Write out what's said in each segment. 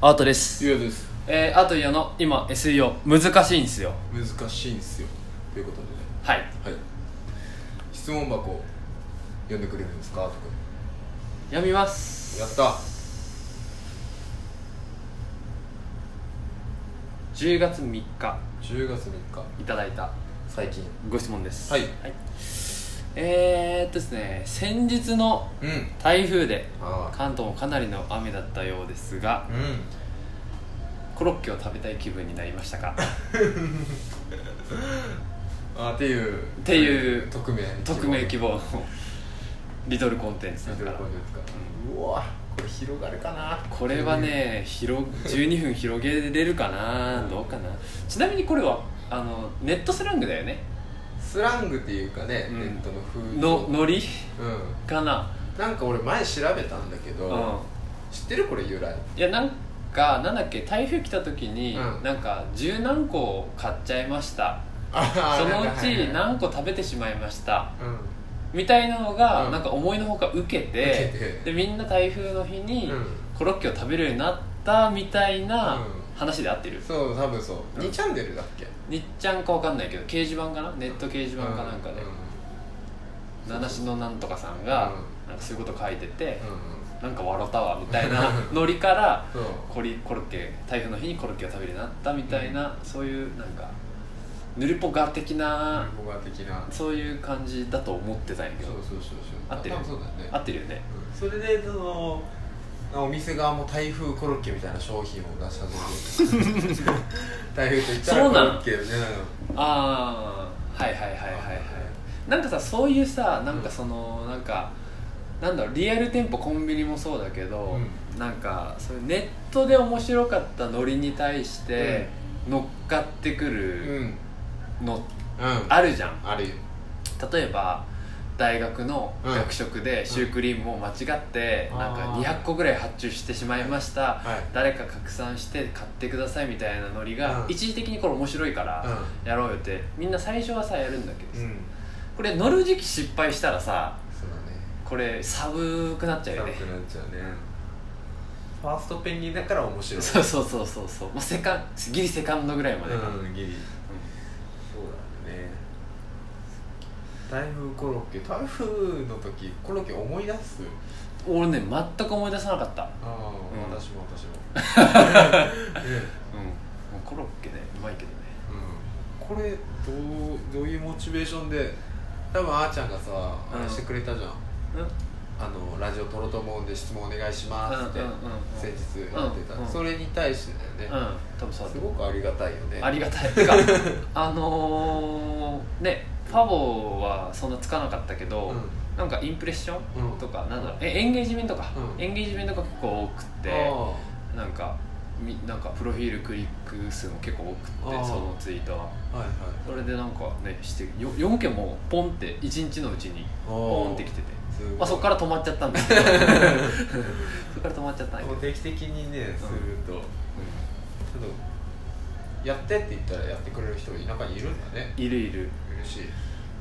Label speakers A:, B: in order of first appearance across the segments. A: アートです、
B: ゆうやです
A: えー、アートイヤの今 SEO 難しいんですよ
B: 難しいんすよということでね
A: はい
B: はい質問箱読んでくれるんですかとか
A: 読みます
B: やった
A: 10月3日
B: 10月3日
A: いただいた
B: 最近
A: ご質問です
B: はい
A: えー、っとですね先日の
B: うん
A: 台風で
B: ああ
A: 関東もかなりの雨だったようですが
B: う
A: コロッケを食べたい気分になりました か
B: んあっていうって
A: いう
B: 匿名
A: 匿名希望の リトルコンテンツ
B: 見
A: だ
B: てる
A: から
B: 感じですかうわこれ広がるかな
A: これはね広12分広げれるかなどうかなちなみにこれはあのネットスラングだよね
B: スラングっていうかね、
A: うん
B: ネットの風
A: の
B: の
A: ノリ
B: う
A: かなん
B: なんか俺前調べたんだけど、
A: うん
B: 知ってるこれ由来
A: いやなんかなんだっけ台風来た時に、
B: うん
A: なんか十何個買っちゃいました
B: あ
A: そのうち
B: なんか
A: 何個食べてしまいました
B: はいはいうん
A: みたいなのが、
B: うん
A: なんか思いのほか受けて
B: 受けて
A: でみんな台風の日に
B: うん
A: コロッケを食べるようになったみたいな
B: うん
A: 話で合ってる、
B: そう多分そう
A: うん
B: 2チャンネルだっけ
A: にっちゃんかわかんないけど掲示板かなネット掲示板かなんかで、
B: う
A: 七種のなんとかさんが、
B: う
A: なんかそういうこと書いてて、
B: んうんうん
A: なんか笑ったわみたい なノリから
B: そう
A: コリコロッケ台風の日にコロッケを食べるようになったみたいな、そういうなんかぬるぽが的な、
B: 語学的な
A: そういう感じだと思ってたんやけ
B: そう
A: ど
B: そうそうそう
A: 合ってる
B: 多分そうだよね
A: 合ってるよね
B: うんそれでそのお店側も台風コロッケみたいな商品を出し始めて台風といったら
A: そう
B: コ
A: な
B: ロ
A: ん
B: ッケね
A: ああはいはいはいはいはいなんかさそういうさなんかその、なんかなんだろうリアル店舗コンビニもそうだけど、
B: う
A: なんかそういうネットで面白かったノリに対して乗っかってく
B: うん
A: る
B: うん
A: の
B: あ
A: あるじゃん
B: あるよ
A: 例えば大学の
B: うん
A: 学食でシュークリームを間違って
B: あー
A: なんか200個ぐらい発注してしまいました、
B: はい
A: 誰か拡散して買ってくださいみたいなノリが
B: うん
A: 一時的にこれ面白いから、やろうよってみんな最初はさやるんだけど
B: うん
A: さ、
B: うん
A: これ乗る時期失敗したらさ
B: そうだね
A: これ寒くなっちゃうよ
B: 寒
A: ね
B: くなっちゃうねファーストペンギンだから面白い
A: そうそうそうそうそう、まあ、セカンギリセカンドぐらいまでかな、うん
B: うんギリそうだね台風コロッケ台風の時コロッケ思い出す
A: 俺ね全く思い出さなかった、
B: ああ、
A: うん
B: 私も私も、
A: うん、もうコロッケねうまいけどね
B: うん、これどうどういうモチベーションで多分あーちゃんがさ
A: うん
B: あれしてくれた
A: う
B: じゃん、
A: ん
B: あのラジオ撮ろうと思うんで質問お願いしますって
A: うんうんうんうん
B: 先日やってた、
A: うんうん
B: それに対してだよ
A: う
B: ね、
A: ん多分そうだ
B: す
A: と
B: ごくありがたいよね
A: ありが たいてかあのー、ねファボはそんなつかなかったけど、
B: うん
A: なんかインプレッショ
B: うん
A: ンとか、なんだろうえエンゲージメントか、
B: うん
A: エンゲージメントが結構多く
B: あ
A: て
B: ー
A: なんかみなんかプロフィールクリック数も結構多く
B: あ
A: て
B: ー
A: そのツイートは
B: はいはい
A: それでなんかねしてよ4件もポンって1日のうちにポンってきてて、
B: すごい
A: まあ、そこから止まっちゃったんです けどそこから止まっちゃったんやけ
B: もう
A: ど、
B: 定期的にねすると、ちょっとやってって言ったらやってくれる人中にいるんだね
A: いるいる
B: 嬉しい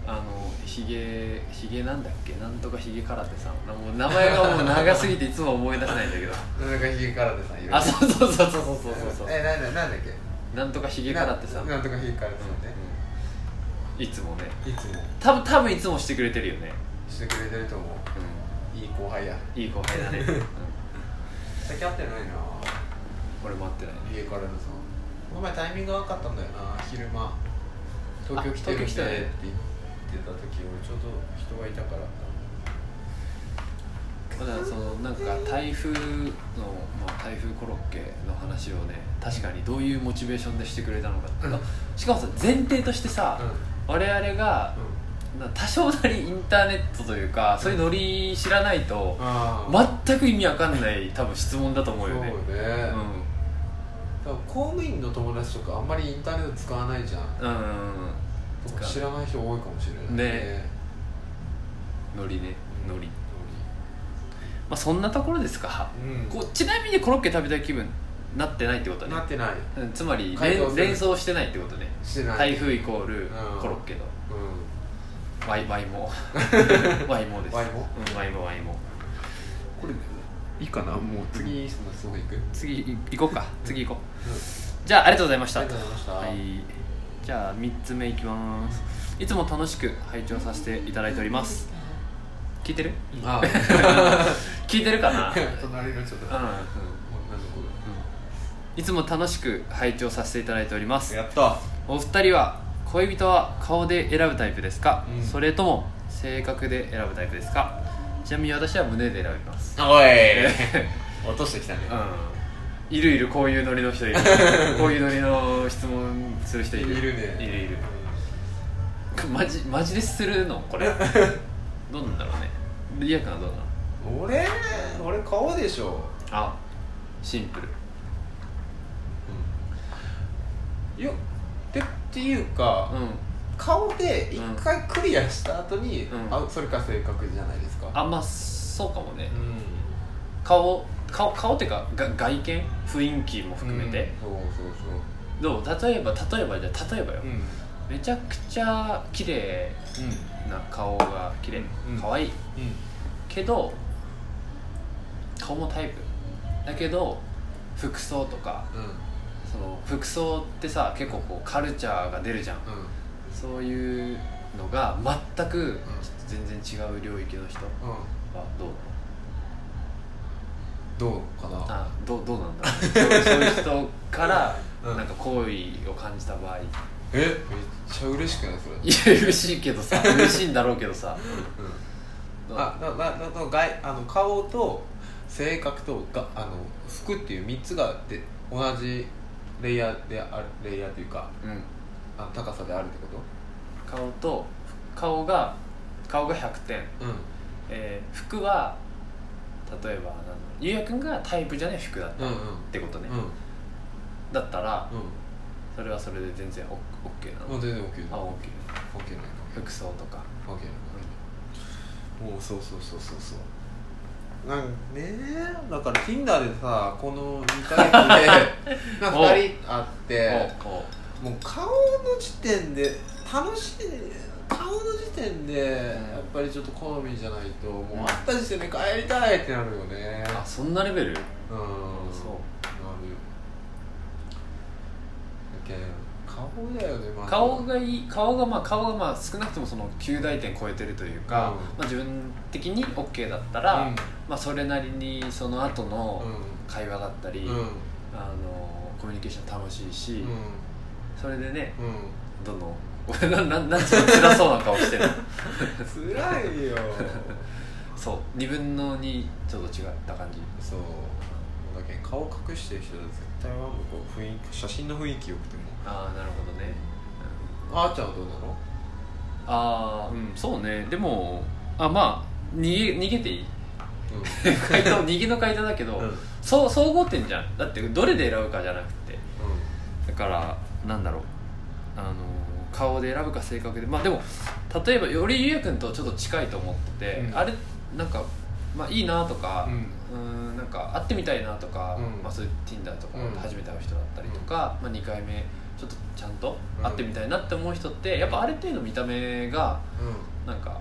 A: あのひげひげなんだっけなんとかひげ空手さんなもう名前がもう長すぎていつも思い出せないんだけど
B: なんかひげ空手さんい る
A: あそうそうそうそうそうそうそう
B: えなんだなんだっけ
A: なんとかひげ空手さん、うん
B: ななんとかひげ空手さんね、
A: いつもね
B: いつも
A: 多分多分いつもしてくれてるよね、
B: してくれてると思ういい後輩や
A: いい後輩 だね、うん、
B: 先会ってないな
A: 俺も会ってないね
B: ひげ空手さんこの前タイミング合わかったんだよな昼間東京来てるんでっ
A: 東
B: て
A: 京来た
B: 言っ
A: ね
B: てた時俺ちょうど人がいたから
A: まだそのなんか台風の、まあ、台風コロッケの話をね確かにどういうモチベーションでしてくれたのかって、
B: うん
A: しかもさ前提としてさ、我々が
B: うん
A: な多少なりインターネットというかそういうノリ知らないと
B: あー
A: 全く意味わかんない多分質問だと思うよね
B: そうね、多分公務員の友達とかあんまりインターネット使わないじゃん
A: うん、うん、使う
B: 知らない人多いかもしれない
A: ねノリねノリ、ま
B: う
A: あ、そんなところですか、
B: ん
A: こうちなみにコロッケ食べたい気分なってないってことね
B: なってない
A: うんつまり
B: 回答
A: 連
B: する
A: 連想してないってことね
B: してない
A: 台風イコール
B: うん
A: コロッケの
B: うん
A: ワイワイモワイモです
B: ワイモ
A: うんワイモワイモ
B: これいいかなもう次そんなすごい行く
A: 次い行こうか次行こうじゃあありがとうございました
B: ありがとうございました
A: はい、じゃあ3つ目いきますいつも楽しく拝聴させていただいております聞いてる
B: あ
A: 聞いてるか な
B: 隣のちょっと
A: う
B: 女の子が
A: んいつも楽しく拝聴させていただいております
B: やった
A: お二人は恋人は顔で選ぶタイプですか、
B: うん
A: それとも性格で選ぶタイプですかちなみに私は胸で選びます
B: おい 落としてきたね
A: うんいるいるこういうノリの 人いるこういうノリの質問する人いる
B: いるね
A: いるいる マジマジでするのこれどうなんだろうねリアクはどうなの
B: 俺俺顔でしょ、
A: あシンプル
B: いやてっていうか、
A: うん
B: 顔で一回クリアした後に、
A: うん
B: あそれか性格じゃないですか
A: あまあそうかもね、
B: うん
A: 顔顔顔っていうかが外見雰囲気も含めて、
B: うんそうそうそ
A: どう例えば例えばじゃあ例えばよ、
B: ううん
A: めちゃくちゃ綺麗な顔が綺麗
B: うん
A: 可愛い
B: うんうん
A: けど顔もタイプだけど服装とかその服装ってさ結構こうカルチャーが出るじゃん
B: うん
A: そういうのが全く
B: ん
A: 全然違う領域の人は
B: うん
A: どう
B: どうかな
A: あどうどうなんだろ うそうそういう人から
B: うん
A: なんか好意を感じた場合
B: えめっちゃ嬉しくないそれ
A: いや嬉しいけど さ嬉しいんだろうけどさ
B: うんあなななな外あの顔と性格とがあの服っていう3つがで同じレイヤーであるレイヤーというか
A: うん
B: あの高さであるってこ
A: 顔と顔が顔が100点、
B: とうん
A: えー服は例えばなんだろうゆうやくんがタイプじゃない服だった
B: う
A: っ
B: ん
A: てことね、
B: うんうん
A: だったら
B: う
A: それはそれで全然オッオッケーなの、
B: んもう全然 OK
A: あ
B: だ
A: オッケ
B: OK ない
A: ー服装とか
B: OK ないもうそうそうそうそうそうなんかねだから Tinder でさこの2ヶ 月でなんか2人会って
A: おお
B: もう顔の時点で楽しい顔の時点でやっぱりちょっと好みじゃないともう会った時点で帰りたいってなるよね
A: あそんなレベル
B: うん
A: そ
B: なるよだけん顔だよねまず
A: 顔がいい顔がまあ顔がまあ少なくともその9大点超えてるというか、
B: うん
A: まあ、自分的に OK だったら、
B: うん
A: まあ、それなりにその後の
B: う
A: 会話だったり、
B: んうんうん
A: あのコミュニケーション楽しいし、それでね
B: う
A: どの 俺なななんつうの辛そうな顔して るの
B: ん 辛いよ
A: そう2分の2ちょっと違った感じ
B: そうだけん顔隠してる人は絶対はもうこう雰囲気写真の雰囲気よくても
A: ああなるほどね、
B: あーちゃんはどうなの
A: ああうんそうねでもあまあ逃げ逃げてい い回答逃げの回答だけど、
B: うん
A: そう総合点じゃんだってどれで選ぶかじゃなくて
B: うん
A: だからなんだろうあの顔で選ぶか性格でまあでも例えばよりゆうやくんとちょっと近いと思ってて、
B: うん
A: あれなんかまあいいなとか、
B: うん
A: うーんなんか会ってみたいなとか、
B: うん
A: まあ、そういう Tinder とか
B: うん
A: 初めて会う人だったりとか、まあ、2回目ちょっとちゃんと会ってみたいなって思う人って、やっぱある程度見た目が
B: う
A: なんか、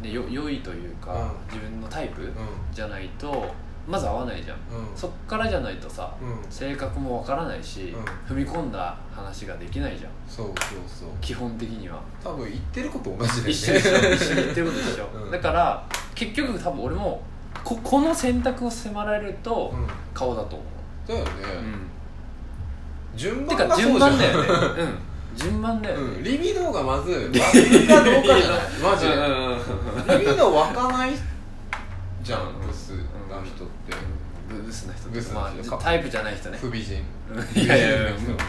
A: ね、よ良いというか、
B: うん
A: 自分のタイプ
B: ん
A: じゃないとまず合わないじゃん、
B: うんうん
A: そっからじゃないとさ、
B: うん
A: 性格もわからないし、
B: うん
A: 踏み込んだ話ができないじゃん
B: そうそうそう
A: 基本的には
B: 多分言ってること同じだよね
A: 一緒一緒一緒に言ってること一緒、
B: うん
A: だから結局多分俺もここの選択を迫られると
B: うん
A: 顔だと思
B: だよね
A: う、うん、
B: 順
A: て
B: 番が
A: か
B: そうじゃ
A: 順番
B: ん
A: だよね うん順番だよね、
B: うんリビドーがまず湧くかどうかじゃないマジ
A: うんうんうん
B: でリビドー湧かないじゃんブスな人って
A: ブブスな人
B: ブスな人
A: まあ、タイプじゃない人ね
B: 不美人
A: い やいやいや
B: 不美人な人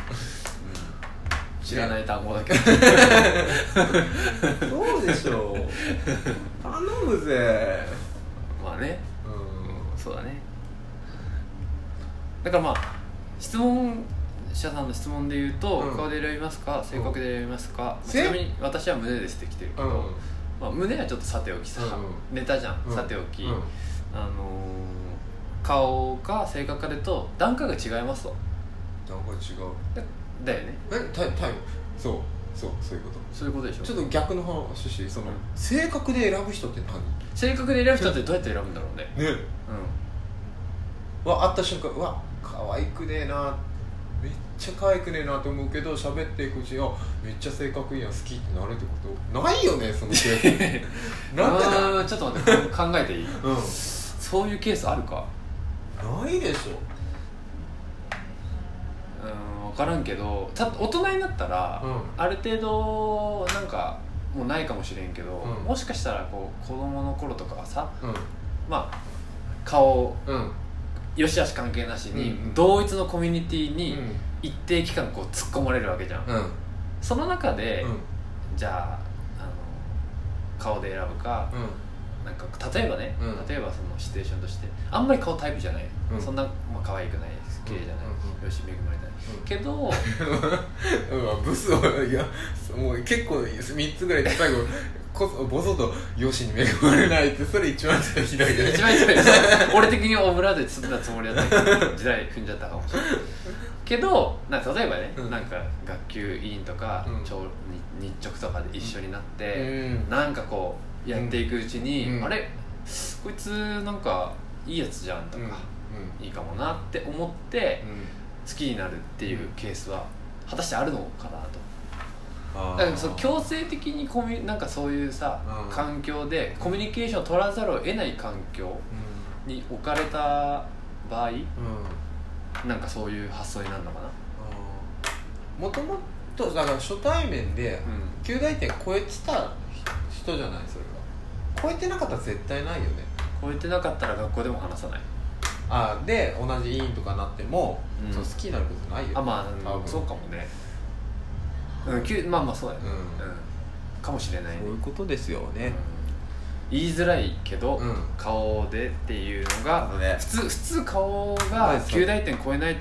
A: 知らない単語だけど
B: うんそうでしょう 頼むぜ
A: まあね
B: うん
A: そうだねだからまあ質問者さんの質問で言うと、
B: うん
A: 顔で選びますか性格で選びますか、
B: せ
A: ちなみに私は胸ですって来てるけど、
B: うん
A: まあ、胸はちょっとさておきさ、
B: う
A: ネタじゃん、
B: うん
A: さておき、
B: うん
A: あのー顔か性格かでと段階が違いますと
B: なんか違う
A: だだよね
B: えタイタイムそうそうそういうこと
A: そういうことでしょ
B: ちょっと逆の話していいその、
A: うん
B: 性格で選ぶ人って何
A: 性格で選ぶ人ってどうやって選ぶんだろうね
B: ね
A: うん
B: うわ会った瞬間うわ可愛くねえなめっちゃ可愛くねえなと思うけど喋っていくうちにあめっちゃ性格いいやん好きってなるってことないよねそのケース なんでだ
A: うーんちょっと待って考えていい
B: う
A: そういうケースあるか
B: んないでしょ
A: うーん分からんけどた大人になったら、
B: うん
A: ある程度なんかもうないかもしれんけど、
B: うん
A: もしかしたらこう子供の頃とかはさ
B: う
A: まあ顔
B: んうん
A: よしあし関係なしに、
B: うんうん
A: 同一のコミュニティ
B: うん
A: に一定期間こう突っ込まれるわけじゃん、
B: うん
A: その中で、
B: うん
A: じゃああの顔で選ぶか
B: うん
A: なんか例えばね、
B: うん
A: 例えばそのシチュエーションとしてあんまり顔タイプじゃない、
B: うん
A: そんな、まあ可愛くない綺麗じゃない、
B: うんうん
A: よし恵まれないけど
B: うんうんブスをいやもう結構3つぐらいで最後こそボソッと「よしに恵まれない」ってそれ一番ちょっとひどいよね
A: 一番一番俺的にオブラートで包んだつもりだったけど時代踏んじゃったかもしれないけどなんか例えばね、
B: うん
A: なんか学級委員とか、
B: うん
A: 朝日日直とかで一緒になって、
B: うん
A: なんかこうやっていくうちに、
B: うん
A: あれこいつなんかいいやつじゃんと
B: うん
A: か、いいかもなって思って
B: うん
A: 好きになるっていうケースは果たしてあるのかなと
B: あー
A: だからその強制的にコミュなんかそういうさ、
B: うん
A: 環境でコミュニケーションを取らざるを得ない環境に置かれた場合
B: うんうん
A: なんかそういう発想になるのかな
B: あーもともとだから初対面で
A: う
B: 旧大点超えてた人じゃないそれは超えてなかったら絶対ないよね
A: ん超えてなかったら学校でも話さない
B: あーで同じ委員とかなっても、
A: うん
B: そう好きになることないよ
A: あまあ、
B: 多
A: うん
B: 分
A: そうかもねうんきゅまあまあそうだよね、
B: うん
A: うん、かもしれないね
B: そういうことですよね、
A: うん言いづらいけど、
B: うん
A: 顔でっていうのが
B: ね
A: 普通普通顔
B: は
A: が
B: いそう
A: 9大点超えないと